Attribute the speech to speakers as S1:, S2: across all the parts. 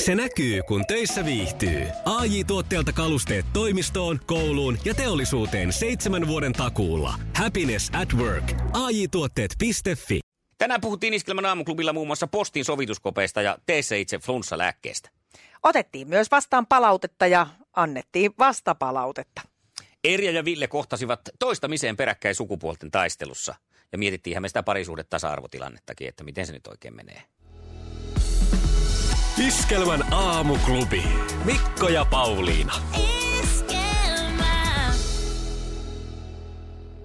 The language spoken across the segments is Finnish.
S1: Se näkyy, kun töissä viihtyy. ai tuotteelta kalusteet toimistoon, kouluun ja teollisuuteen seitsemän vuoden takuulla. Happiness at work. ai tuotteetfi
S2: Tänään puhuttiin Iskelmän aamuklubilla muun muassa postin sovituskopeista ja tee se itse flunssalääkkeestä.
S3: Otettiin myös vastaan palautetta ja annettiin vastapalautetta.
S2: Erja ja Ville kohtasivat toistamiseen peräkkäin sukupuolten taistelussa. Ja mietittiinhän me sitä parisuudet tasa-arvotilannettakin, että miten se nyt oikein menee.
S1: Iskelmän aamuklubi. Mikko ja Pauliina.
S4: Esquema,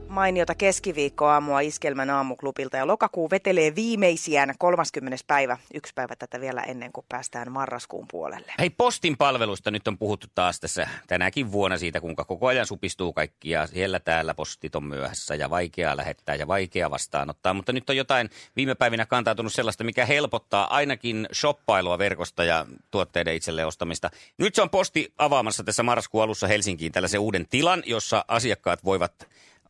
S3: Mainiota keskiviikkoaamua Iskelmän aamuklubilta ja lokakuu vetelee viimeisiään 30. päivä. Yksi päivä tätä vielä ennen kuin päästään marraskuun puolelle.
S2: Hei, postin palveluista nyt on puhuttu taas tässä tänäkin vuonna siitä, kuinka koko ajan supistuu kaikki ja siellä täällä postit on myöhässä ja vaikeaa lähettää ja vaikeaa vastaanottaa. Mutta nyt on jotain viime päivinä kantautunut sellaista, mikä helpottaa ainakin shoppailua verkosta ja tuotteiden itselleen ostamista. Nyt se on posti avaamassa tässä marraskuun alussa Helsinkiin tällaisen uuden tilan, jossa asiakkaat voivat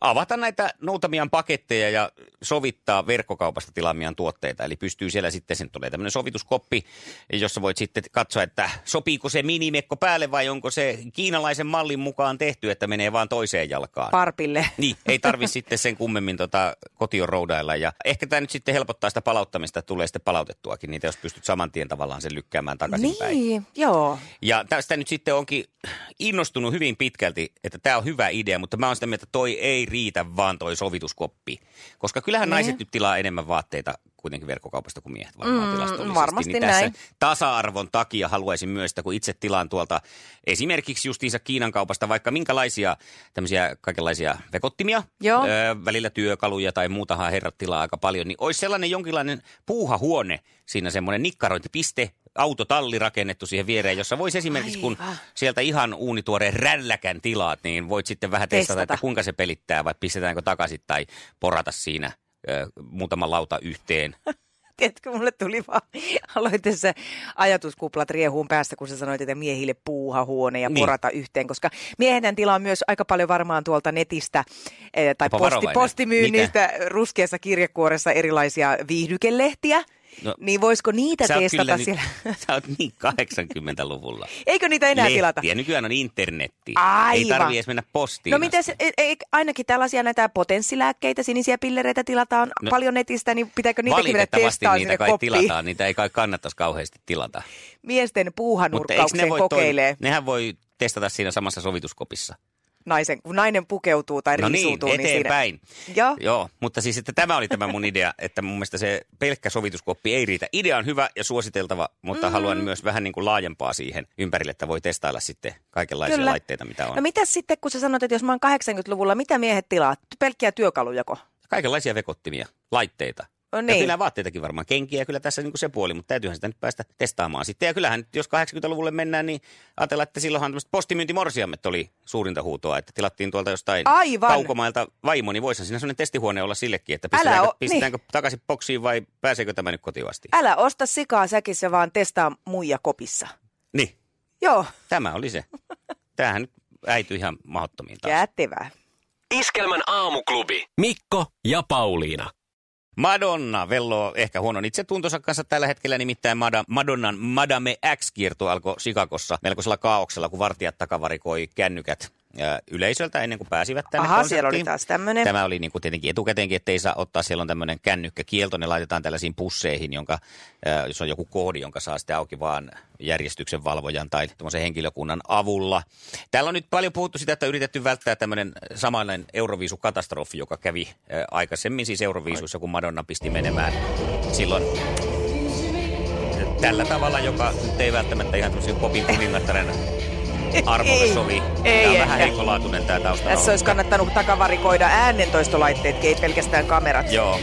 S2: avata näitä noutamiaan paketteja ja sovittaa verkkokaupasta tilaamiaan tuotteita. Eli pystyy siellä sitten, sen tulee tämmöinen sovituskoppi, jossa voit sitten katsoa, että sopiiko se minimekko päälle vai onko se kiinalaisen mallin mukaan tehty, että menee vaan toiseen jalkaan.
S3: Parpille.
S2: Niin, ei tarvi sitten sen kummemmin tota kotion roudailla. Ja ehkä tämä nyt sitten helpottaa sitä palauttamista, tulee sitten palautettuakin niitä, jos pystyt saman tien tavallaan sen lykkäämään takaisin päin.
S3: Niin, joo.
S2: Ja tästä nyt sitten onkin innostunut hyvin pitkälti, että tämä on hyvä idea, mutta mä oon sitä mieltä, että toi ei riitä vaan toi sovituskoppi. Koska kyllähän
S3: Ne.
S2: naiset nyt tilaa enemmän vaatteita kuitenkin verkkokaupasta kuin miehet varmaan
S3: Mm,
S2: tilastollisesti.
S3: varmasti
S2: niin tässä
S3: näin.
S2: tasa-arvon takia haluaisin myös, että kun itse tilaan tuolta esimerkiksi justiinsa Kiinan kaupasta vaikka minkälaisia tämmöisiä kaikenlaisia vekottimia,
S3: Joo.
S2: Ö, välillä työkaluja tai muutahan herrat tilaa aika paljon, niin olisi sellainen jonkinlainen puuhahuone siinä semmoinen nikkarointipiste, autotalli rakennettu siihen viereen, jossa voisi esimerkiksi, kun
S3: Aivan.
S2: sieltä ihan uunituoreen rälläkän tilaat, niin voit sitten vähän testata,
S3: Testata.
S2: että kuinka se pelittää, vai pistetäänkö takaisin tai porata siinä ö, muutama lauta yhteen.
S3: Tiedätkö, mulle tuli vaan, aloin tässä ajatuskuplat riehuun päästä, kun sä sanoit, että miehille puuhahuone ja
S2: Niin.
S3: porata yhteen, koska miehen tilaa on myös aika paljon varmaan tuolta netistä eh, tai
S2: Onpa
S3: posti,
S2: varovainen.
S3: postimyynnistä ruskeassa kirjekuoressa erilaisia viihdykelehtiä.
S2: No,
S3: No, niin voisiko niitä
S2: Sä oot
S3: testata
S2: nyt-
S3: siellä?
S2: Sä oot niin 80-luvulla.
S3: Eikö niitä enää
S2: Lehtiä.
S3: tilata? No
S2: Nykyään on internetti. Ei
S3: Aivan.
S2: tarvii edes mennä postiin.
S3: No
S2: asti.
S3: miten, ainakin tällaisia näitä potenssilääkkeitä, sinisiä pillereitä tilataan
S2: No,
S3: no, paljon netistä, niin pitääkö niitäkin vielä
S2: Valitettavasti
S3: testaa
S2: niitä
S3: sinne
S2: kai
S3: koppiin?
S2: tilataan, niitä ei kai kannattaisi kauheasti tilata.
S3: Miesten
S2: Mutta eiks ne
S3: puuhanurkkaukseen
S2: voi
S3: kokeilee.
S2: Toi, nehän voi testata siinä samassa sovituskopissa.
S3: naisen, kun nainen pukeutuu tai
S2: No niin,
S3: riisuutuu, niin siinä...
S2: eteenpäin.
S3: Joo.
S2: Joo, mutta siis että tämä oli tämä mun idea, että mun mielestä se pelkkä sovituskoppi ei riitä. Idea on hyvä ja suositeltava,
S3: Mm-hmm.
S2: mutta mm. haluan myös vähän niin kuin laajempaa siihen ympärille, että voi testailla sitten kaikenlaisia Kyllä.
S3: Kyllä.
S2: laitteita, mitä on.
S3: No mitä sitten, kun sä sanot, että jos mä oon 80-luvulla, mitä miehet tilaa? Pelkkiä työkalujako?
S2: Kaikenlaisia vekottimia, laitteita.
S3: No
S2: Ja
S3: niin.
S2: kyllä vaatteitakin varmaan, kenkiä kyllä tässä niin kuin se puoli, mutta täytyyhän sitä nyt päästä testaamaan sitten. Ja kyllähän nyt, jos 80-luvulle mennään, niin ajatellaan, että silloinhan tämmöiset postimyyntimorsiammet oli suurinta huutoa, että tilattiin tuolta jostain
S3: Aivan.
S2: kaukomailta vaimo, niin voisihan siinä sellainen testihuone olla sillekin, että
S3: Älä
S2: pistetäänkö,
S3: oo- niin.
S2: pistetäänkö takaisin boksiin vai pääseekö tämä nyt kotiin asti.
S3: Älä osta sikaa säkissä, vaan testaa muija kopissa.
S2: Niin,
S3: Joo,
S2: tämä oli se. Tämähän nyt äityi ihan mahdottomiin taas.
S3: kätevää.
S1: Iskelmän aamuklubi. Mikko ja Pauliina.
S2: Madonna velloo ehkä huonon itsetuntonsa kanssa tällä hetkellä, nimittäin Mada, Madonnan Madame X-kierto alkoi Sikakossa melkoisella kaauksella, kun vartijat takavarikoi kännykät ää, yleisöltä ennen kuin pääsivät tänne
S3: Aha, siellä oli
S2: konserttiin.
S3: taas tämmöinen.
S2: Tämä oli niin kuin tietenkin etukäteenkin, että ei saa ottaa, siellä on tämmöinen kännykkäkielto, ne laitetaan tällaisiin pusseihin, jonka, äh, jos on joku koodi, jonka saa sitten auki vaan järjestyksen valvojan tai tuommoisen henkilökunnan avulla. Täällä on nyt paljon puhuttu sitä, että on yritetty välttää tämmöinen samanlainen Euroviisukatastrofi, joka kävi äh, aikaisemmin siis Euroviisuissa, kun Madonna pisti menemään silloin tällä tavalla, joka nyt ei välttämättä ihan tämmöisen popin kuningattaren arvolle
S3: Ei,
S2: sovi.
S3: ei
S2: Tämä on vähän
S3: ehkä.
S2: heikkolaatuinen tämä taustalla.
S3: Tässä olisi kannattanut takavarikoida äänentoistolaitteet, ei pelkästään kamerat.
S2: Joo.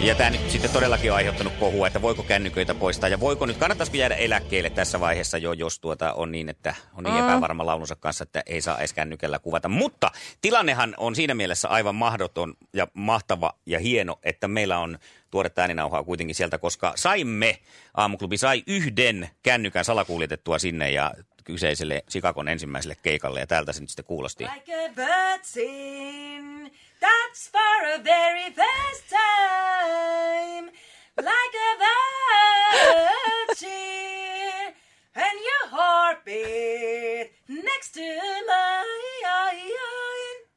S2: Ja tämä nyt sitten todellakin on aiheuttanut kohua, että voiko kännyköitä poistaa ja voiko nyt, kannattaisiko jäädä eläkkeelle tässä vaiheessa jo, jos tuota on niin, että on niin epävarma laulunsa kanssa, että ei saa edes kännykällä kuvata. Mutta tilannehan on siinä mielessä aivan mahdoton ja mahtava ja hieno, että meillä on tuoretta ääninauhaa kuitenkin sieltä, koska saimme, aamuklubi sai yhden kännykän salakuljetettua sinne ja kyseiselle Sikakon ensimmäiselle keikalle ja täältä se nyt sitten kuulosti.
S5: Like a bird sing, that's for a very first time. Like a bird cheer,
S6: bed next to mine.
S3: Niin,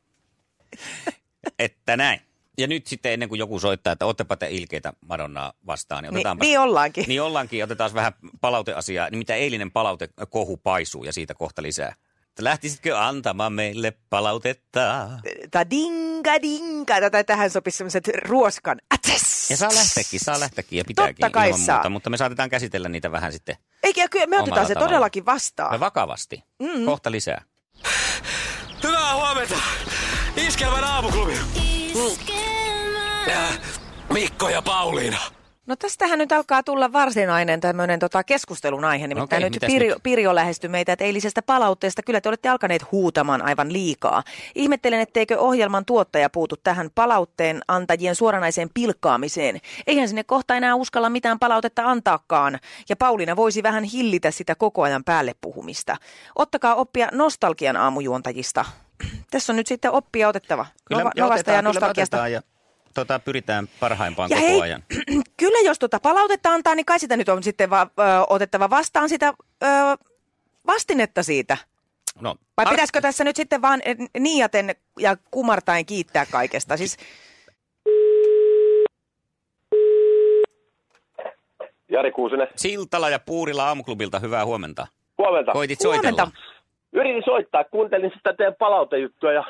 S2: Että näin. Ja nyt sitten ennen kuin joku soittaa, että ottepa te ilkeitä Madonnaa vastaan, niin
S3: Ni,
S2: otetaanpa...
S3: niin ollaankin.
S2: Niin ollaankin, otetaan vähän palauteasiaa. Niin mitä eilinen palautekohu paisuu ja siitä kohta lisää. Että Lähtisitkö antamaan meille palautetta?
S3: Tää dinga dinga, tätä tähän sopisi semmoiset ruoskan ätäs.
S2: Ja saa lähteäkin, saa lähteäkin ja pitääkin
S3: Totta kai
S2: ilman
S3: saa.
S2: muuta, mutta me saatetaan käsitellä niitä vähän sitten
S3: Eikä, kyllä me otetaan
S2: Omalla
S3: se
S2: tavalla.
S3: todellakin vastaan.
S2: Me vakavasti.
S3: Mm.
S2: Mm-hmm. Kohta lisää.
S1: Hyvää huomenta! Iskelmän aamuklubi! Äh, Mikko ja Pauliina.
S3: No tästähän nyt alkaa tulla varsinainen tämmöinen tota, keskustelun aihe, nimittäin
S2: Okei,
S3: okay, nyt,
S2: mitäs
S3: Pirjo,
S2: nyt?
S3: Pirjo lähestyi meitä, että eilisestä palautteesta kyllä te olette alkaneet huutamaan aivan liikaa. Ihmettelen, etteikö ohjelman tuottaja puutu tähän palautteen antajien suoranaiseen pilkkaamiseen. Eihän sinne kohta enää uskalla mitään palautetta antaakaan, ja Pauliina voisi vähän hillitä sitä koko ajan päälle puhumista. Ottakaa oppia nostalgian aamujuontajista. Tässä on nyt sitten oppia otettava. Nova,
S2: ja
S3: Novasta ja
S2: otetaan, kyllä me
S3: nostalgiasta.
S2: otetaan ja tota, pyritään parhaimpaan
S3: Ja
S2: koko
S3: hei,
S2: ajan.
S3: kyllä jos tuota palautetta antaa, niin kai sitä nyt on sitten vaan ö, otettava vastaan sitä ö, vastinetta siitä.
S2: No,
S3: Vai
S2: ar-
S3: pitäisikö tässä nyt sitten vaan eh, niiaten ja kumartain kiittää kaikesta? Siis,
S7: Jari Kuusinen.
S2: Siltala ja Puurila aamuklubilta, hyvää huomenta.
S7: Huomenta.
S2: Koitit
S3: Huomenta.
S2: soitella.
S7: Yritin soittaa, kuuntelin sitä teidän palautejuttua ja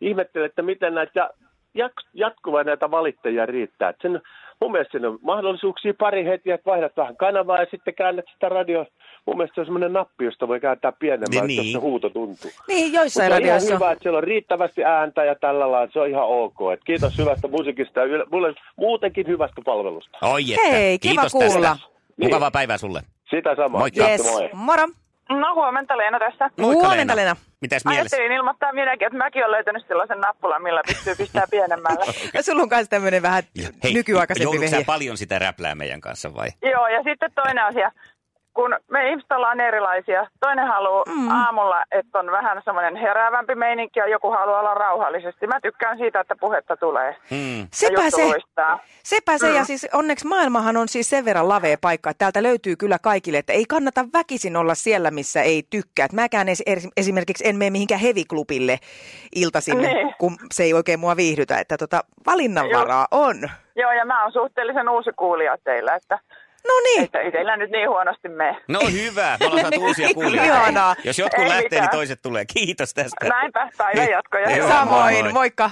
S7: ihmettelin, että miten näitä jak- jatkuvaa näitä valittajia riittää. Et sen, mun mielestä siinä on mahdollisuuksia pari heti, että vaihdat vähän kanavaa ja sitten käännät sitä radioa. Mun mielestä se on semmoinen nappi, josta voi kääntää
S2: Niin,
S7: pienemmän, niin, jos se
S2: niin.
S7: huuto tuntuu.
S3: niin, joissain
S7: Mutta on ihan
S3: radioissa. on.
S7: hyvä, että siellä on riittävästi ääntä ja tällä lailla se on ihan ok. Et kiitos hyvästä musiikista ja yle- mulle muutenkin hyvästä palvelusta.
S2: Oi, että.
S3: Hei, kiva
S2: Kiitos
S3: kuulla.
S2: Tästä. Mukavaa päivää sulle.
S7: Sitä samaa.
S2: Moikka.
S7: Kiitos,
S3: Yes.
S7: moi.
S3: Moro.
S8: No huomenta Leena tässä.
S3: Huomenta, Leena.
S2: Mitäs mielessä?
S8: Ajattelin ilmoittaa minäkin, että mäkin olen löytänyt sellaisen nappulan, millä pystyy pistää pienemmällä.
S3: Ja Sulla on myös tämmöinen vähän
S2: Hei,
S3: nykyaikaisempi
S2: joudutko sä
S3: vehje.
S2: paljon sitä räplää meidän kanssa vai?
S8: Joo, ja sitten toinen asia. Kun me ihmiset ollaan erilaisia, toinen haluaa mm. aamulla, että on vähän semmoinen heräävämpi meininki ja joku haluaa olla rauhallisesti. Mä tykkään siitä, että puhetta tulee.
S2: Mm.
S3: Sepä
S8: ja juttu
S3: se,
S8: luistaa.
S3: sepä se, ja siis onneksi maailmahan on siis sen verran lavea paikka, että täältä löytyy kyllä kaikille, että ei kannata väkisin olla siellä, missä ei tykkää. Et mäkään es, er- esimerkiksi en mene mihinkään heviklubille iltaisin,
S8: Niin.
S3: kun se ei oikein mua viihdytä, että tota, valinnanvaraa on.
S8: Joo, ja mä oon suhteellisen uusi kuulija teillä, että,
S3: No niin,
S8: että itsellä nyt niin huonosti mene.
S2: No hyvä, me ollaan saatu uusia kuulijoita.
S3: Ihanaa.
S2: Jos jotkut
S8: Ei
S2: lähtee, niin
S8: mitään.
S2: toiset tulee. Kiitos tästä.
S8: Näinpä,
S3: Niin.
S8: päivän jatkoja.
S2: Joo, moi, moi.
S3: samoin, moikka.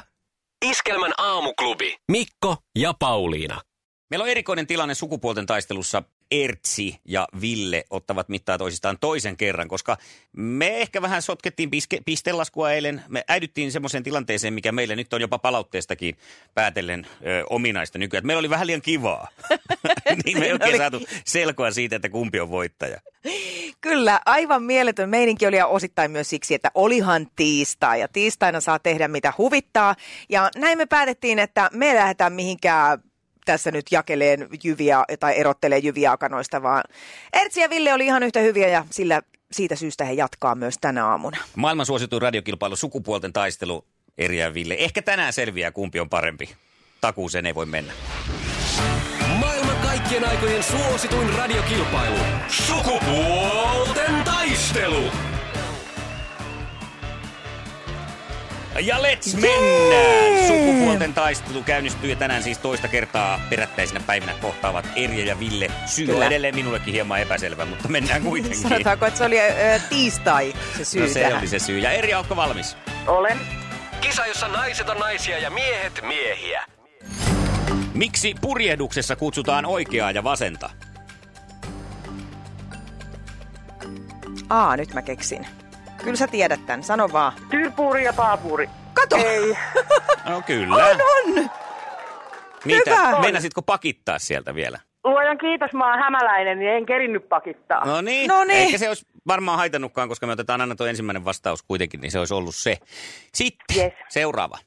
S1: Iskelmän aamuklubi. Mikko ja Pauliina.
S2: Meillä on erikoinen tilanne sukupuolten taistelussa. Ertsi ja Ville ottavat mittaa toisistaan toisen kerran, koska me ehkä vähän sotkettiin piske, pistelaskua eilen. Me äidyttiin semmoiseen tilanteeseen, mikä meille nyt on jopa palautteestakin päätellen ö, ominaista nykyään. Et Meillä oli vähän liian kivaa. niin me ei oikein
S3: oli-
S2: saatu selkoa siitä, että kumpi on voittaja.
S3: Kyllä, aivan mieletön meininki oli ja osittain myös siksi, että olihan tiistai ja tiistaina saa tehdä mitä huvittaa. Ja näin me päätettiin, että me ei lähdetään mihinkään tässä nyt jakeleen jyviä tai erottelee jyviä akanoista, vaan Ertsi ja Ville oli ihan yhtä hyviä ja sillä siitä syystä he jatkaa myös tänä aamuna.
S2: Maailman suosituin radiokilpailu sukupuolten taistelu Eri ja Ville. Ehkä tänään selviää, kumpi on parempi. Takuuseen ei voi mennä.
S1: Maailman kaikkien aikojen suosituin radiokilpailu. Sukupuolten taistelu.
S2: Ja let's mennään! Sukupuolten taistelu käynnistyy ja tänään siis toista kertaa perättäisinä päivinä kohtaavat Erja ja Ville. Syy on
S3: Kyllä.
S2: edelleen minullekin hieman epäselvä, mutta mennään kuitenkin.
S3: Sanotaanko, että se oli ö, tiistai se syy
S2: no se
S3: tähän.
S2: oli se syy. Ja Erja, ootko valmis?
S8: Olen.
S1: Kisa, jossa naiset on naisia ja miehet miehiä.
S2: Miksi purjehduksessa kutsutaan oikeaa ja vasenta?
S3: Aa, nyt mä keksin. Kyllä sä tiedät tämän, sano vaan.
S8: Tyrpuuri ja paapuuri.
S3: Kato!
S8: Ei.
S2: No kyllä. On,
S3: On! hyvä.
S2: Meinasitko pakittaa sieltä vielä?
S8: Luojan kiitos, mä oon hämäläinen, niin en kerinnyt pakittaa.
S2: No niin.
S3: No niin.
S2: Eikä se olisi varmaan haitannutkaan, koska me otetaan aina tuo ensimmäinen vastaus kuitenkin, niin se olisi ollut se. Sitten
S8: Yes.
S2: seuraava.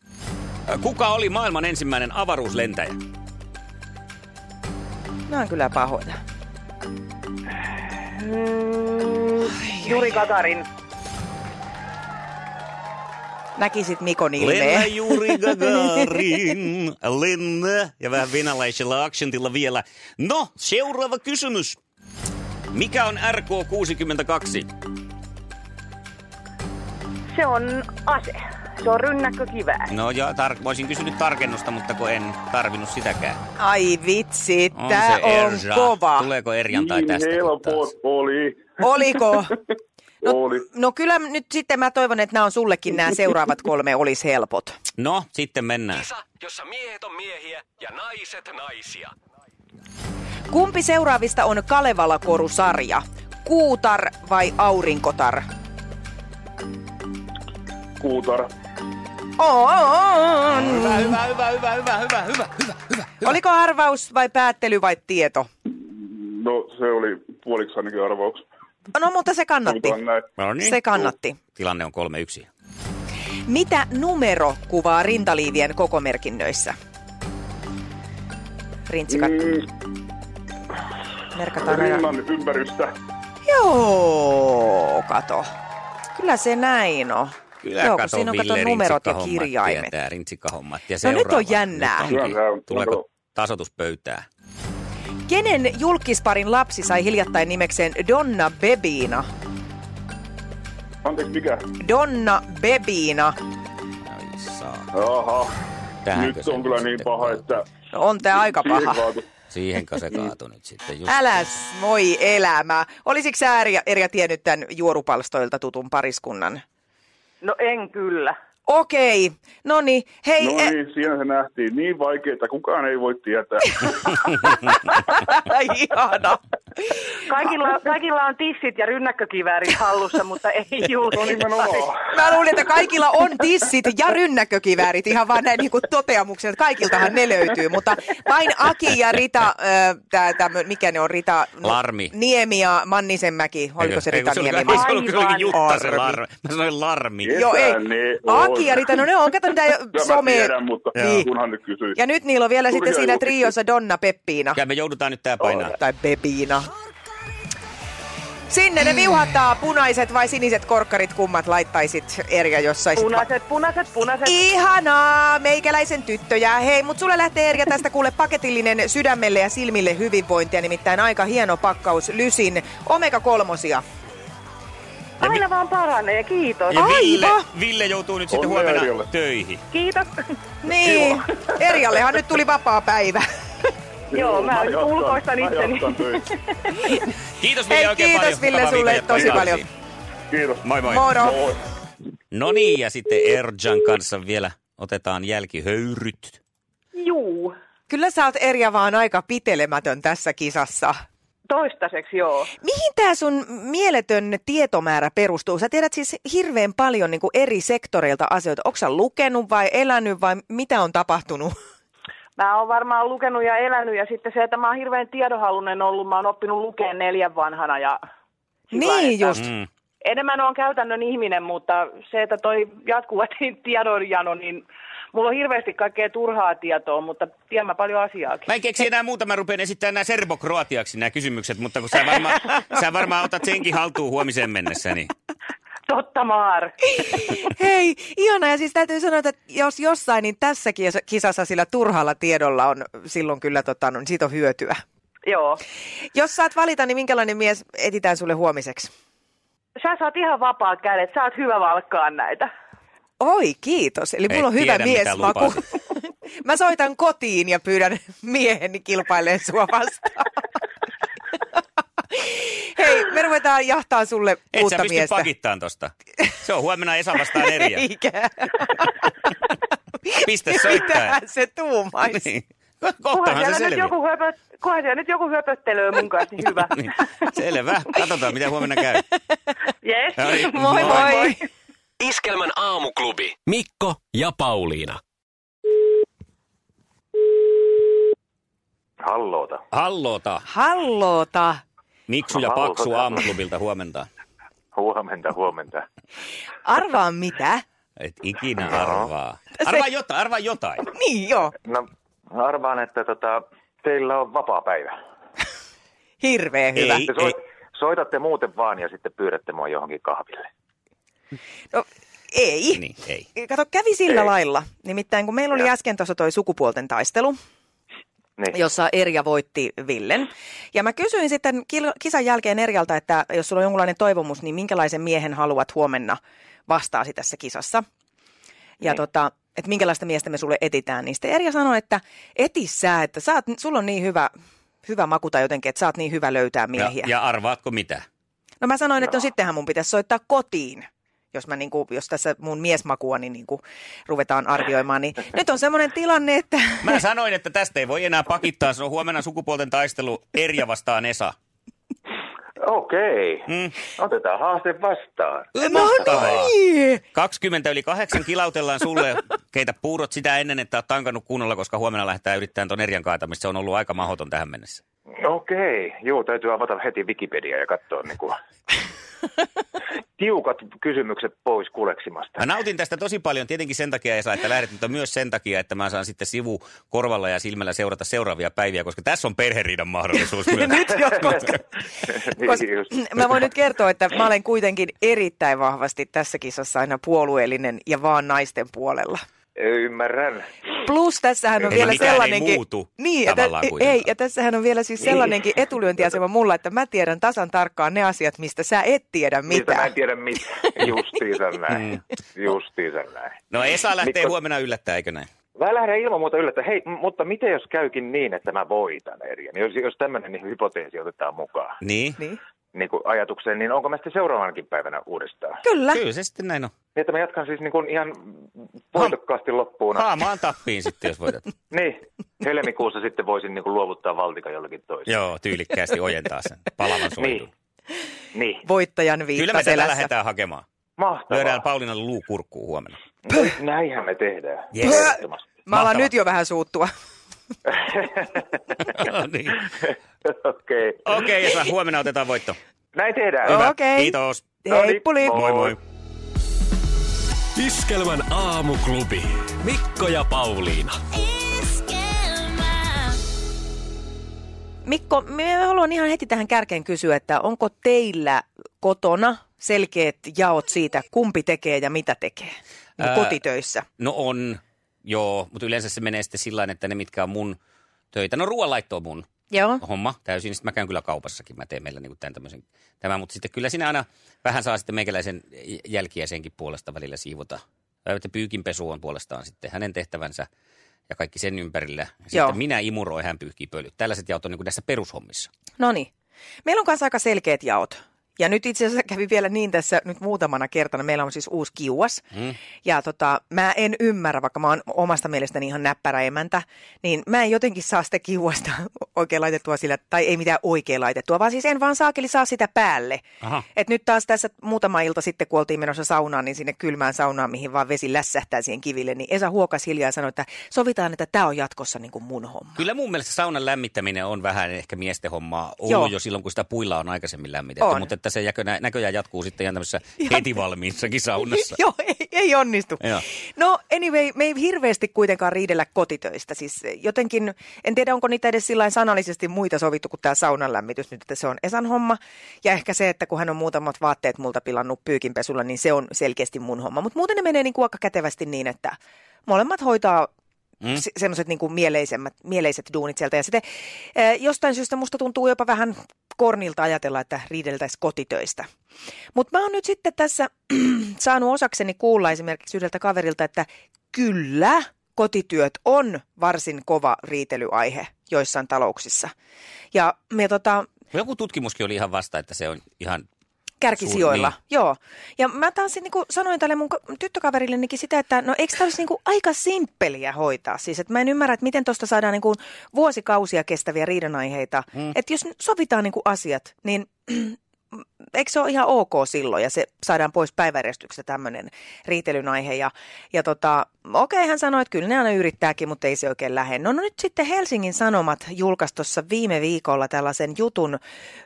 S2: Kuka oli maailman ensimmäinen avaruuslentäjä?
S3: Mä oon kyllä pahoilla.
S8: Juri Katarin.
S3: Näkisit Mikon
S2: Lennä
S3: ilmeen.
S2: Juri Gagarin. Lennä. Ja vähän venäläisellä aksentilla vielä. No, seuraava kysymys. Mikä on RK62?
S8: Se on ase. Se on rynnäkkökivää.
S2: No ja tar- voisin kysynyt tarkennusta, mutta kun en tarvinnut sitäkään.
S3: Ai vitsi,
S2: On
S3: tää
S2: se
S3: on
S2: Erja.
S3: kova.
S2: Tuleeko Erjantai
S4: Niin
S2: tästä? kun
S4: helpot
S2: taas?
S4: oli.
S3: Oliko? No,
S4: Oli.
S3: no kyllä nyt sitten mä toivon, että nämä on sullekin nämä seuraavat kolme olisi helpot.
S2: No, sitten mennään.
S1: Kisa, jossa miehet on miehiä ja naiset naisia.
S3: Kumpi seuraavista on Kalevala-korusarja? Kuutar vai aurinkotar?
S4: Kuutar.
S3: On.
S2: Hyvä, hyvä, hyvä, hyvä, hyvä, hyvä, hyvä.
S3: Oliko arvaus vai päättely vai tieto?
S4: No se oli puoliksi ainakin arvaus.
S3: No mutta se kannatti.
S4: Sanotaan näin.
S2: No niin.
S3: Se kannatti.
S2: Tilanne on 3-1.
S3: Mitä numero kuvaa rintaliivien kokomerkinnöissä? Rintsikat,
S4: Mm,
S3: merkataan aina.
S4: rinnan ympärystä.
S3: Joo, kato. Kyllä se näin on.
S2: Kyllä
S3: Joo, kun
S2: kato,
S3: siinä on kato
S2: Ville,
S3: numerot ja
S2: rinsikkahommat
S3: kirjaimet.
S2: Tietää, rinsikkahommat ja
S3: No nyt on
S2: seuraava.
S3: jännää.
S2: Nyt onkin.
S4: Kyllä,
S2: Tuleeko
S4: kato.
S2: tasotuspöytää?
S3: Kenen julkisparin lapsi sai hiljattain nimekseen Donna Bebina?
S4: Anteeksi, mikä?
S3: Donna Bebina.
S2: Ai saa.
S4: Aha.
S2: Tähänkö
S4: Nyt
S2: se
S4: on kyllä niin
S2: sitten
S4: paha,
S2: kaatui?
S4: että...
S3: No on tää aika
S4: siihen
S3: paha.
S4: kaatui.
S2: Siihenkö se kaatui nyt sitten? Just
S3: Äläs, moi elämä. Olisiko sä Erja, Erja tiennyt tämän juorupalstoilta tutun pariskunnan?
S9: No en kyllä.
S3: Okei, no niin. Hei,
S4: No
S3: ä-
S4: niin, siinä se nähtiin. Niin vaikeita, kukaan ei voi tietää.
S3: ihana.
S8: Kaikilla, kaikilla on tissit ja rynnäkkökiväärit hallussa, mutta ei
S4: Nimenomaan.
S3: Mä luulen, että kaikilla on tissit ja rynnäkkökiväärit, ihan vaan näin niin toteamuksena, että kaikiltahan ne löytyy, mutta vain Aki ja Rita, äh, tää, tämmö, mikä ne on, Rita no,
S2: Larmi.
S3: Niemi ja Mannisenmäki, oliko se Rita
S2: ei, kun
S3: Niemi?
S2: Ei se ollut kyllä
S8: Aivan.
S2: olikin Jutta se
S3: Armi.
S2: larmi. Mä sanoin larmi.
S4: Yes.
S3: Joo, ei.
S4: Ketään ne niin on.
S3: Aki ja Rita, no ne on, kato mitä
S4: Kyllä mä
S3: some...
S4: tiedän, mutta
S3: Niin.
S4: kunhan nyt kysyit.
S3: Ja nyt niillä on vielä sitten
S4: Turhia
S3: siinä
S4: julkisia.
S3: triossa Donna Peppiina.
S2: Ja me joudutaan nyt tää painaa.
S3: Tai Pepina. Sinne ne viuhataa, punaiset vai siniset korkkarit, kummat laittaisit Erja, jos saisit
S8: Punaiset, punaiset, punaiset.
S3: Ihanaa, meikäläisen tyttöjä. Hei, mut sulle lähtee Erja tästä kuule paketillinen sydämelle ja silmille hyvinvointia, nimittäin aika hieno pakkaus Lysin omega kolmosia.
S8: Aina vaan paranee, kiitos.
S2: Ja Ville,
S3: Aivan.
S2: Ville joutuu nyt sitten
S4: Onnea
S2: huomenna
S4: Erjalle.
S2: töihin.
S8: Kiitos.
S3: Niin, Erjallehan nyt tuli vapaa päivä.
S8: Joo, mä
S4: jatkan-
S8: ulkoistan
S4: mä
S8: itteni.
S4: jatkan töitä.
S2: Kiitos Ville
S3: Hei,
S2: oikein
S3: kiitos
S2: paljon.
S3: Ville
S2: Mukavaa
S3: sulle
S2: viikonjatkoa
S3: tosi paljon.
S2: kaikille.
S4: Kiitos.
S2: Moi moi.
S3: Moro.
S4: Moi.
S2: No niin, ja sitten Erjan kanssa vielä otetaan jälkihöyryt.
S8: Juu.
S3: Kyllä sä oot Erja vaan aika pitelemätön tässä kisassa.
S8: Toistaiseksi joo.
S3: Mihin tämä sun mieletön tietomäärä perustuu? Sä tiedät siis hirveän paljon niin eri sektoreilta asioita. Onko sä lukenut vai elänyt vai mitä on tapahtunut?
S8: Mä oon varmaan lukenut ja elänyt ja sitten se, että mä oon hirveän tiedonhalunen ollut, mä oon oppinut lukeen neljän vanhana ja sillä lailla,
S3: niin
S8: että
S3: just.
S2: Mm.
S8: Enemmän on käytännön ihminen, mutta se, että toi jatkuva tiedonjano, niin mulla on hirveästi kaikkea turhaa tietoa, mutta tiedän mä paljon asiaakin.
S2: Mä en keksi enää muuta, mä rupean esittämään nämä serbokroatiaksi nämä kysymykset, mutta kun sä varmaan, sä varmaan otat senkin haltuun huomiseen mennessä, niin
S8: Totta maar.
S3: Hei, ihana. Ja siis täytyy sanoa, että jos jossain, niin tässä kisa- kisassa sillä turhalla tiedolla on silloin kyllä, tota, no, niin siitä on hyötyä.
S8: Joo.
S3: Jos saat valita, niin minkälainen mies etitään sulle huomiseksi?
S8: Sä saat ihan vapaat kädet, sä oot hyvä valkkaan näitä.
S3: Oi, kiitos. Eli mulla
S2: Et
S3: on hyvä
S2: tiedä, mitä
S3: miesmaku.
S2: lupasit.
S3: Mä soitan kotiin ja pyydän mieheni kilpailemaan sua vastaan. Hei, me ruvetaan jahtaa sulle
S2: et
S3: uutta
S2: sä pysty
S3: miestä.
S2: pakittaan tosta. Se on huomenna Esa vastaan eriä.
S3: Eikä.
S2: Pistä soittaa.
S3: Mitähän se tuumaisi?
S2: Niin.
S8: Kunhan
S2: Kohtahan se
S8: siellä, nyt
S2: selviää.
S8: joku, höpöt, kunhan siellä nyt joku höpöttelee mun kanssa, niin hyvä.
S2: niin. Selvä. Katsotaan, mitä huomenna käy.
S8: Yes.
S2: No niin,
S3: Moi moi!
S1: Iskelmän aamuklubi. Mikko ja Pauliina.
S7: Halloota.
S2: Hallota.
S3: Hallota!
S2: Miksu ja
S7: Hallota.
S2: Paksu aamuklubilta huomenta.
S7: Huomenta, huomenta.
S3: Arvaa mitä?
S2: Et ikinä arvaa. Arvaa jotain, arvaa jotain.
S3: Niin joo,
S7: No arvaan, että tota, teillä on vapaa päivä.
S3: hirveä hyvä.
S2: Ei,
S7: Te
S2: ei.
S7: soit, soitatte muuten vaan ja sitten pyydätte mua johonkin kahville.
S3: No, ei.
S2: Niin, ei.
S3: Kato, kävi sillä
S7: Ei.
S3: lailla. Nimittäin kun meillä oli
S7: Ja.
S3: äsken tuossa toi sukupuolten taistelu,
S7: Niin.
S3: jossa Erja voitti Villen. Ja mä kysyin sitten kil- kisan jälkeen Erjalta, että jos sulla on jonkunlainen toivomus, niin minkälaisen miehen haluat huomenna vastaasi tässä kisassa. Ja
S8: Niin.
S3: tota, että minkälaista miestä me sulle etitään. Niin sitten Erja sanoi, että eti sä, että sä oot, sulla on niin hyvä, hyvä maku tai jotenkin, että sä oot niin hyvä löytää
S2: Ja,
S3: miehiä.
S2: ja arvaatko mitä?
S3: No mä sanoin, että no sittenhän mun pitäisi soittaa kotiin, jos, mä niinku, jos tässä mun miesmakua niin niinku ruvetaan arvioimaan. Niin nyt on semmoinen tilanne, että...
S2: Mä sanoin, että tästä ei voi enää pakittaa. Se on huomenna sukupuolten taistelu Erja vastaan Esa.
S7: Okei, okay.
S2: Mm.
S7: otetaan haaste vastaan.
S3: No
S2: Mahtavaa.
S3: niin!
S2: 20 yli 8 kilautellaan sulle, keitä puurot sitä ennen, että oot tankannut kunnolla, koska huomenna lähdetään yrittämään ton Erjan kaatamista. Se on ollut aika mahdoton tähän mennessä.
S7: Okei, okay. joo, täytyy avata heti Wikipedia ja katsoa niin kuin... tiukat kysymykset pois kuleksimasta.
S2: Mä nautin tästä tosi paljon tietenkin sen takia, Esa, että lähdet, mutta myös sen takia, että mä saan sitten sivu korvalla ja silmällä seurata seuraavia päiviä, koska tässä on perheriidan mahdollisuus. Kyllä.
S3: Nyt jo, koska...
S7: Niin
S3: koska
S7: just.
S3: mä voin nyt kertoa, että mä olen kuitenkin erittäin vahvasti tässä kisassa aina puolueellinen ja vaan naisten puolella.
S7: Ymmärrän.
S3: Plus tässähän on
S2: Eli
S3: vielä
S2: mikään ei
S3: sellainenkin...
S2: muutu
S3: niin, ja tä-
S2: tavallaan
S3: ei,
S2: kuitenkaan.
S3: ja tässähän on vielä
S7: Niin.
S3: siis sellainenkin etulyöntiasema mulla, että mä tiedän tasan tarkkaan ne asiat, mistä sä et tiedä
S7: Niistä mä en
S3: mitään.
S7: tiedä mitä. Justiinsa näin.
S2: Mm.
S7: Justiinsa näin.
S2: No Esa lähtee
S7: Mikko-
S2: huomenna yllättää, eikö näin?
S7: Mä lähden ilman muuta yllättä. Hei, m- mutta miten jos käykin niin, että mä voitan Erjan? Jos, jos tämmöinen niin hypoteesi otetaan mukaan
S2: Niin?
S3: Niin.
S7: niin kuin ajatukseen, niin onko mä sitten seuraavankin päivänä uudestaan?
S3: Kyllä.
S2: Kyllä se sitten näin on.
S7: Niin, että mä jatkan siis niin kuin ihan voitokkaasti loppuun. asti.
S2: Haamaan tappiin sitten, jos voitat.
S7: Niin, helmikuussa sitten voisin niin kuin luovuttaa valtikan jollekin toiselle.
S2: Joo, tyylikkäästi ojentaa sen palavan soitun.
S7: Niin. Niin,
S3: Voittajan
S2: Kyllä me
S3: viitta
S2: tätä
S3: selässä.
S2: lähdetään hakemaan. Lyödään
S7: mahtavaa.
S2: Pauliinalle luu kurkkuun huomenna.
S7: Nyt Näinhän me tehdään.
S2: Yes.
S7: Ehdottomasti.
S3: Mä alan
S2: Mahtavaa.
S3: nyt jo vähän suuttua.
S2: No niin.
S7: Okei, okay.
S2: Okei, Esa, huomenna otetaan voitto.
S7: näin tehdään.
S2: Hyvä.
S3: Okei.
S2: Kiitos.
S7: No niin,
S3: Heippuli!
S2: Moi moi.
S1: Iskelmän aamuklubi. Mikko ja Pauliina.
S3: Mikko, minä haluan ihan heti tähän kärkeen kysyä, että onko teillä kotona selkeät jaot siitä, kumpi tekee ja mitä tekee niin
S2: Ää,
S3: kotitöissä?
S2: No on, joo, mutta yleensä se menee sitten sillä tavalla, että ne mitkä on mun töitä. No ruoanlaitto on mun
S3: Joo.
S2: homma täysin, sitten mä käyn kyllä kaupassakin, mä teen meillä niinku tämän tämmöisen, tämä, mutta sitten kyllä sinä aina vähän saa sitten meikäläisen jälkiä senkin puolesta välillä siivota. Tai Että pyykinpesu on puolestaan sitten hänen tehtävänsä ja kaikki sen ympärillä. Sitten
S3: Joo.
S2: minä imuroin, hän pyyhkii pölyt. Tällaiset jaot on niinku tässä perushommissa.
S3: No niin. Meillä on kanssa aika selkeät jaot. Ja nyt itse asiassa kävi vielä niin tässä nyt muutamana kertana. Meillä on siis uusi kiuas. Mm. Ja tota, mä en ymmärrä, vaikka mä oon omasta mielestäni ihan näppärä emäntä, niin mä en jotenkin saa sitä kiuasta oikein laitettua sillä, tai ei mitään oikein laitettua, vaan siis en vaan saakeli saa sitä päälle.
S2: Aha.
S3: Et nyt taas tässä muutama ilta sitten, kun oltiin menossa saunaan, niin sinne kylmään saunaan, mihin vaan vesi lässähtää siihen kiville, niin Esa huokas hiljaa ja sanoi, että sovitaan, että tämä on jatkossa niin kuin mun homma.
S2: Kyllä mun mielestä saunan lämmittäminen on vähän ehkä miesten hommaa ollut
S3: Joo.
S2: Joo. jo silloin, kun sitä puilla on aikaisemmin lämmitetty.
S3: On.
S2: Mutta että se jäkö, nä- näköjään jatkuu sitten ihan tämmöisessä heti valmiissakin saunassa.
S3: Joo, ei, ei onnistu.
S2: Joo.
S3: No anyway, me ei hirveästi kuitenkaan riidellä kotitöistä. Siis jotenkin, en tiedä onko niitä edes sillä lailla sanallisesti muita sovittu kuin tämä saunan lämmitys nyt, että se on Esan homma. Ja ehkä se, että kun hän on muutamat vaatteet multa pilannut pyykinpesulla, niin se on selkeästi mun homma. Mutta muuten ne menee niin kuin aika kätevästi niin, että molemmat hoitaa Mm. Se, semmoiset niin mieleisemmät, mieleiset duunit sieltä. Ja sitten eh, jostain syystä musta tuntuu jopa vähän kornilta ajatella, että riideltäisiin kotitöistä. Mutta mä oon nyt sitten tässä saanut osakseni kuulla esimerkiksi yhdeltä kaverilta, että kyllä kotityöt on varsin kova riitelyaihe joissain talouksissa. Ja me tota,
S2: Joku tutkimuskin oli ihan vasta, että se on ihan...
S3: kärkisijoilla.
S2: Suur-
S3: niin. Joo. Ja mä taas niin kuin sanoin tälle mun ka- tyttökaverillenikin sitä, että no eikö tämä olisi niin kuin aika simppeliä hoitaa? Siis että mä en ymmärrä, että miten tuosta saadaan niin kuin vuosikausia kestäviä riidanaiheita. Mm. Että jos sovitaan niin kuin asiat, niin eikö se ole ihan ok silloin ja se saadaan pois päiväjärjestyksestä tämmöinen riitelyn aihe. Ja, ja tota, okei, hän sanoi, että kyllä ne aina yrittääkin, mutta ei se oikein lähde. No, no nyt sitten Helsingin Sanomat julkaisi tuossa viime viikolla tällaisen jutun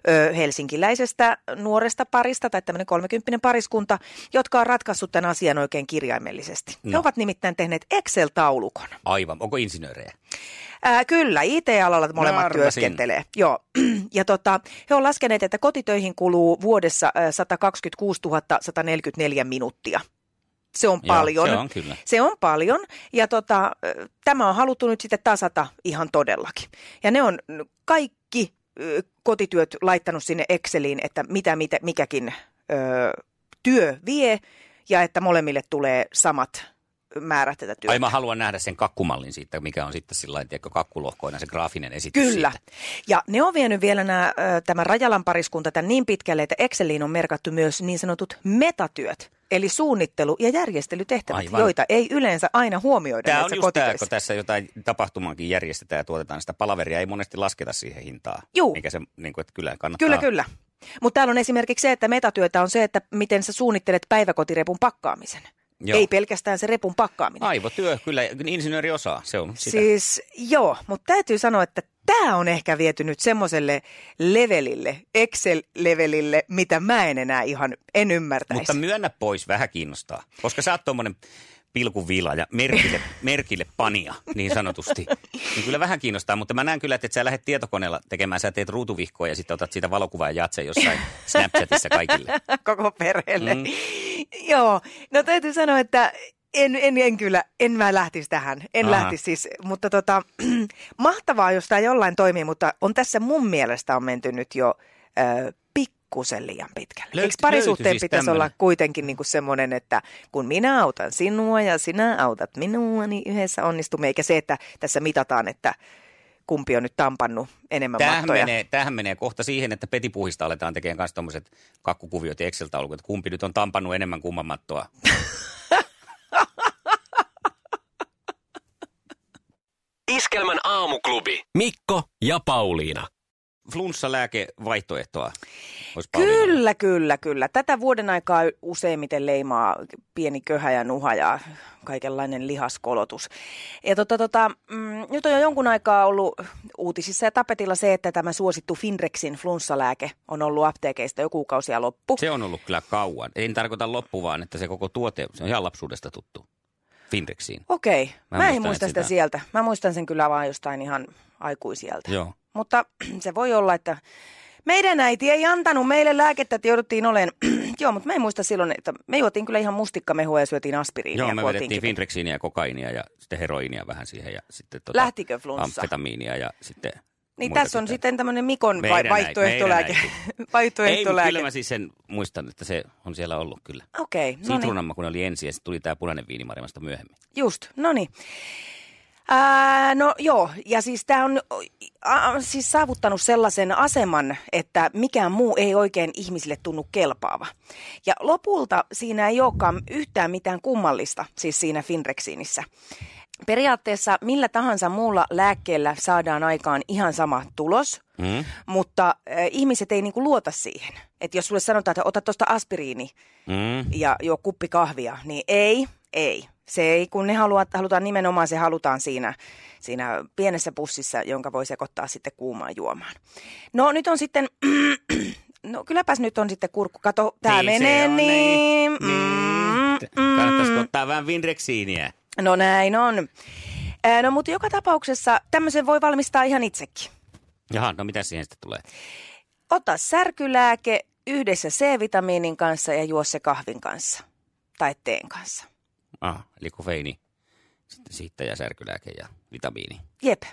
S3: ö, helsinkiläisestä nuoresta parista tai tämmöinen kolmekymppinen pariskunta, jotka on ratkaissut tämän asian oikein kirjaimellisesti. No. He
S2: No.
S3: ovat nimittäin tehneet Excel-taulukon.
S2: Aivan. Onko insinöörejä?
S3: Ää, kyllä, IT-alalla molemmat
S2: arvasin.
S3: työskentelee. Joo. Ja tota, he on laskeneet, että kotitöihin kuluu vuodessa ää, 126 144 minuuttia. se on
S2: Joo,
S3: paljon.
S2: se on kyllä.
S3: Se on paljon ja tota, ö, tämä on haluttu nyt sitten tasata ihan todellakin. Ja ne on n- kaikki ö, kotityöt laittanut sinne Exceliin, että mitä, mitä mikäkin ö, työ vie ja että molemmille tulee samat määrät tätä työtä.
S2: Ai mä haluan nähdä sen kakkumallin siitä, mikä on sitten sillä lailla, kakkulohkoina se graafinen esitys
S3: Kyllä.
S2: Siitä.
S3: Ja ne on vienyt vielä nämä, ö, tämä Rajalan pariskunta tämän niin pitkälle, että Exceliin on merkattu myös niin sanotut metatyöt. Eli suunnittelu- ja järjestelytehtävät,
S2: Aivan.
S3: joita ei yleensä aina huomioida
S2: Tämä on
S3: näissä
S2: just tämä,
S3: kotitöissä.
S2: kun tässä jotain tapahtumankin järjestetään ja tuotetaan sitä palaveria, ei monesti lasketa siihen hintaa.
S3: Juu.
S2: Eikä se, niin kuin, että kyllä kannattaa.
S3: Kyllä, kyllä. Mutta täällä on esimerkiksi se, että metatyötä on se, että miten sä suunnittelet päiväkotirepun pakkaamisen.
S2: Joo.
S3: Ei pelkästään se repun pakkaaminen.
S2: Aivotyö, kyllä insinööri osaa, se on sitä.
S3: Siis joo, mutta täytyy sanoa, että tämä on ehkä viety nyt semmoiselle levelille, Excel-levelille, mitä mä en enää ihan, en ymmärtäisi.
S2: Mutta myönnä pois, vähän kiinnostaa. Koska sä oot tuommoinen pilkuvila ja merkille, merkille pania, niin sanotusti. Niin kyllä vähän kiinnostaa, mutta mä näen kyllä, että et sä lähdet tietokoneella tekemään, sä teet ruutuvihkoa ja sitten otat siitä valokuvaa ja jaat sen jossain Snapchatissa kaikille.
S3: koko perheelle.
S2: Mm.
S3: Mm. Joo, no täytyy sanoa, että en, en, en kyllä, en mä lähtisi tähän. En
S2: Aha.
S3: Aha. lähtisi siis, mutta tota, mahtavaa, jos tämä jollain toimii, mutta on tässä mun mielestä on menty nyt jo ö, pikkusen liian pitkälle.
S2: Löyt-
S3: Eikö parisuhteen
S2: löytyi siis
S3: pitäisi
S2: tämmönen?
S3: olla kuitenkin niin kuin semmoinen, että kun minä autan sinua ja sinä autat minua, niin yhdessä onnistumme. Eikä se, että tässä mitataan, että kumpi on nyt tampannut enemmän
S2: Tämähän
S3: No, mattoja.
S2: menee, tämähän menee kohta siihen, että petipuhista aletaan tekemään kanssa tuommoiset kakkukuviot ja Excel-taulukot, että kumpi nyt on tampannut enemmän kumman mattoa.
S1: Iskelmän aamuklubi. Mikko ja Pauliina.
S2: Flunssalääkevaihtoehtoa. Olisi Pauliinalla.
S3: Kyllä, kyllä, kyllä. Tätä vuoden aikaa useimmiten leimaa pieni köhä ja nuha ja kaikenlainen lihaskolotus. Ja tota, tota, mm, nyt on jo jonkun aikaa ollut uutisissa ja tapetilla se, että tämä suosittu Finrexin flunssalääke on ollut apteekeista jo kuukausia loppu.
S2: Se on ollut kyllä kauan. En tarkoita loppu, vaan että se koko tuote, se on ihan lapsuudesta tuttu. Finrexiin.
S3: Okei,
S2: Mä
S3: mä,
S2: muistan,
S3: en muista
S2: että
S3: sitä
S2: sitä-
S3: sieltä. Mä muistan sen kyllä vaan jostain ihan aikuisieltä.
S2: Joo.
S3: Mutta se voi olla, että meidän äiti ei antanut meille lääkettä, että jouduttiin olemaan. Joo, mutta mä en muista silloin, että me juotiin kyllä ihan mustikkamehua ja syötiin aspiriinia.
S2: Joo, me
S3: kun oltiin
S2: vedettiin
S3: kipeä.
S2: Finrexiinia ja kokainia ja sitten heroinia vähän siihen ja sitten tuota
S3: Lähtikö flunssa?
S2: amfetamiinia ja sitten
S3: Niin
S2: muita
S3: tässä on
S2: pitää.
S3: sitten tämmöinen Mikon
S2: Meidän äiti-
S3: vai- vaihtoehtolääke.
S2: meidän Ei, mutta kyllä
S3: vaihtoehtolääke.
S2: mä siis sen muistan, että se on siellä ollut kyllä.
S3: Okei, no niin.
S2: Sitruunamma kun oli ensin ja sitten tuli tämä punainen viini marjamasta myöhemmin.
S3: Just, no niin. Ää, no joo, ja siis tämä on a, siis saavuttanut sellaisen aseman, että mikään muu ei oikein ihmisille tunnu kelpaava. Ja lopulta siinä ei olekaan yhtään mitään kummallista, siis siinä Finrexiinissä. Periaatteessa millä tahansa muulla lääkkeellä saadaan aikaan ihan sama tulos,
S2: Mm?
S3: mutta äh, ihmiset ei niinku luota siihen. Että jos sulle sanotaan, että ota tuosta aspiriini,
S2: Mm?
S3: ja juo kuppi kahvia, niin ei, ei. Se ei, kun ne haluat, halutaan nimenomaan, se halutaan siinä, siinä pienessä pussissa, jonka voi sekoittaa sitten kuumaan juomaan. No nyt on sitten, no kylläpäs nyt on sitten kurkku, kato, tämä
S2: Niin se
S3: menee
S2: on,
S3: niin. mm.
S2: niin. Kannattaisiko ottaa vähän Finrexiiniä?
S3: No näin on. Ää, No mutta joka tapauksessa tämmöisen voi valmistaa ihan itsekin.
S2: Jaha, no mitä siihen sitten tulee?
S3: Ota särkylääke yhdessä C-vitamiinin kanssa ja juo se kahvin kanssa tai teen kanssa.
S2: Ah, eli kofeiini, sitten siitä ja särkylääke ja vitamiini.
S3: Jep.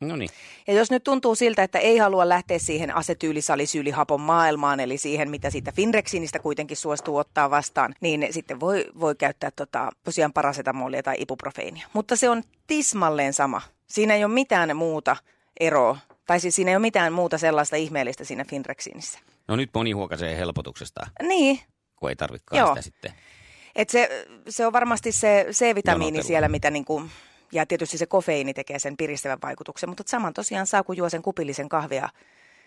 S2: No niin.
S3: Ja jos nyt tuntuu siltä, että ei halua lähteä siihen asetyylisalisyylihapon maailmaan, eli siihen, mitä siitä Finrexinistä kuitenkin suostuu ottaa vastaan, niin sitten voi, voi käyttää tota, tosiaan parasetamolia tai ibuprofeinia. Mutta se on tismalleen sama. Siinä ei ole mitään muuta eroa. Tai siis siinä ei ole mitään muuta sellaista ihmeellistä siinä Finrexinissä.
S2: No nyt moni huokaisee helpotuksesta,
S3: Niin,
S2: kun ei tarvikaan
S3: Joo.
S2: sitä sitten.
S3: Et se, se on varmasti se C-vitamiini
S2: Janotellut.
S3: siellä, mitä niinku, ja tietysti se kofeiini tekee sen piristävän vaikutuksen, mutta saman tosiaan saa, kun juo sen kupillisen kahvia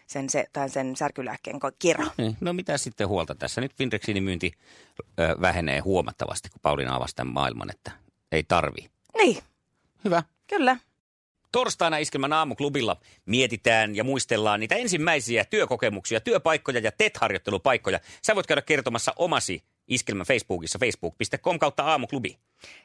S3: sen, se, tai sen särkylääkkeen ko- kerran.
S2: Niin, No mitä sitten huolta tässä? Nyt Finrexinin myynti ö, vähenee huomattavasti, kun Pauliina avasi tämän maailman, että ei tarvi.
S3: Niin,
S2: Hyvä.
S3: kyllä.
S2: Torstaina Iskelmän aamuklubilla mietitään ja muistellaan niitä ensimmäisiä työkokemuksia, työpaikkoja ja TET-harjoittelupaikkoja. Sä voit käydä kertomassa omasi Iskelmän Facebookissa facebook.com kautta aamuklubi.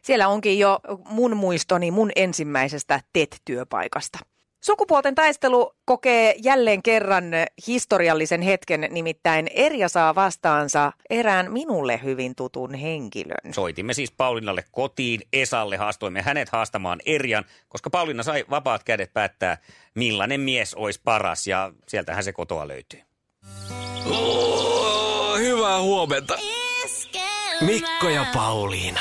S3: Siellä onkin jo mun muistoni mun ensimmäisestä TET-työpaikasta. E Sukupuolten taistelu kokee jälleen kerran historiallisen hetken, nimittäin Erja saa vastaansa erään minulle hyvin tutun henkilön.
S2: Soitimme siis Pauliinalle kotiin, Esalle haastoimme hänet haastamaan Erjan, koska Pauliina sai vapaat kädet päättää, millainen mies olisi paras ja sieltähän se kotoa löytyy.
S1: Oh, Hyvää huomenta. Mikko ja Pauliina.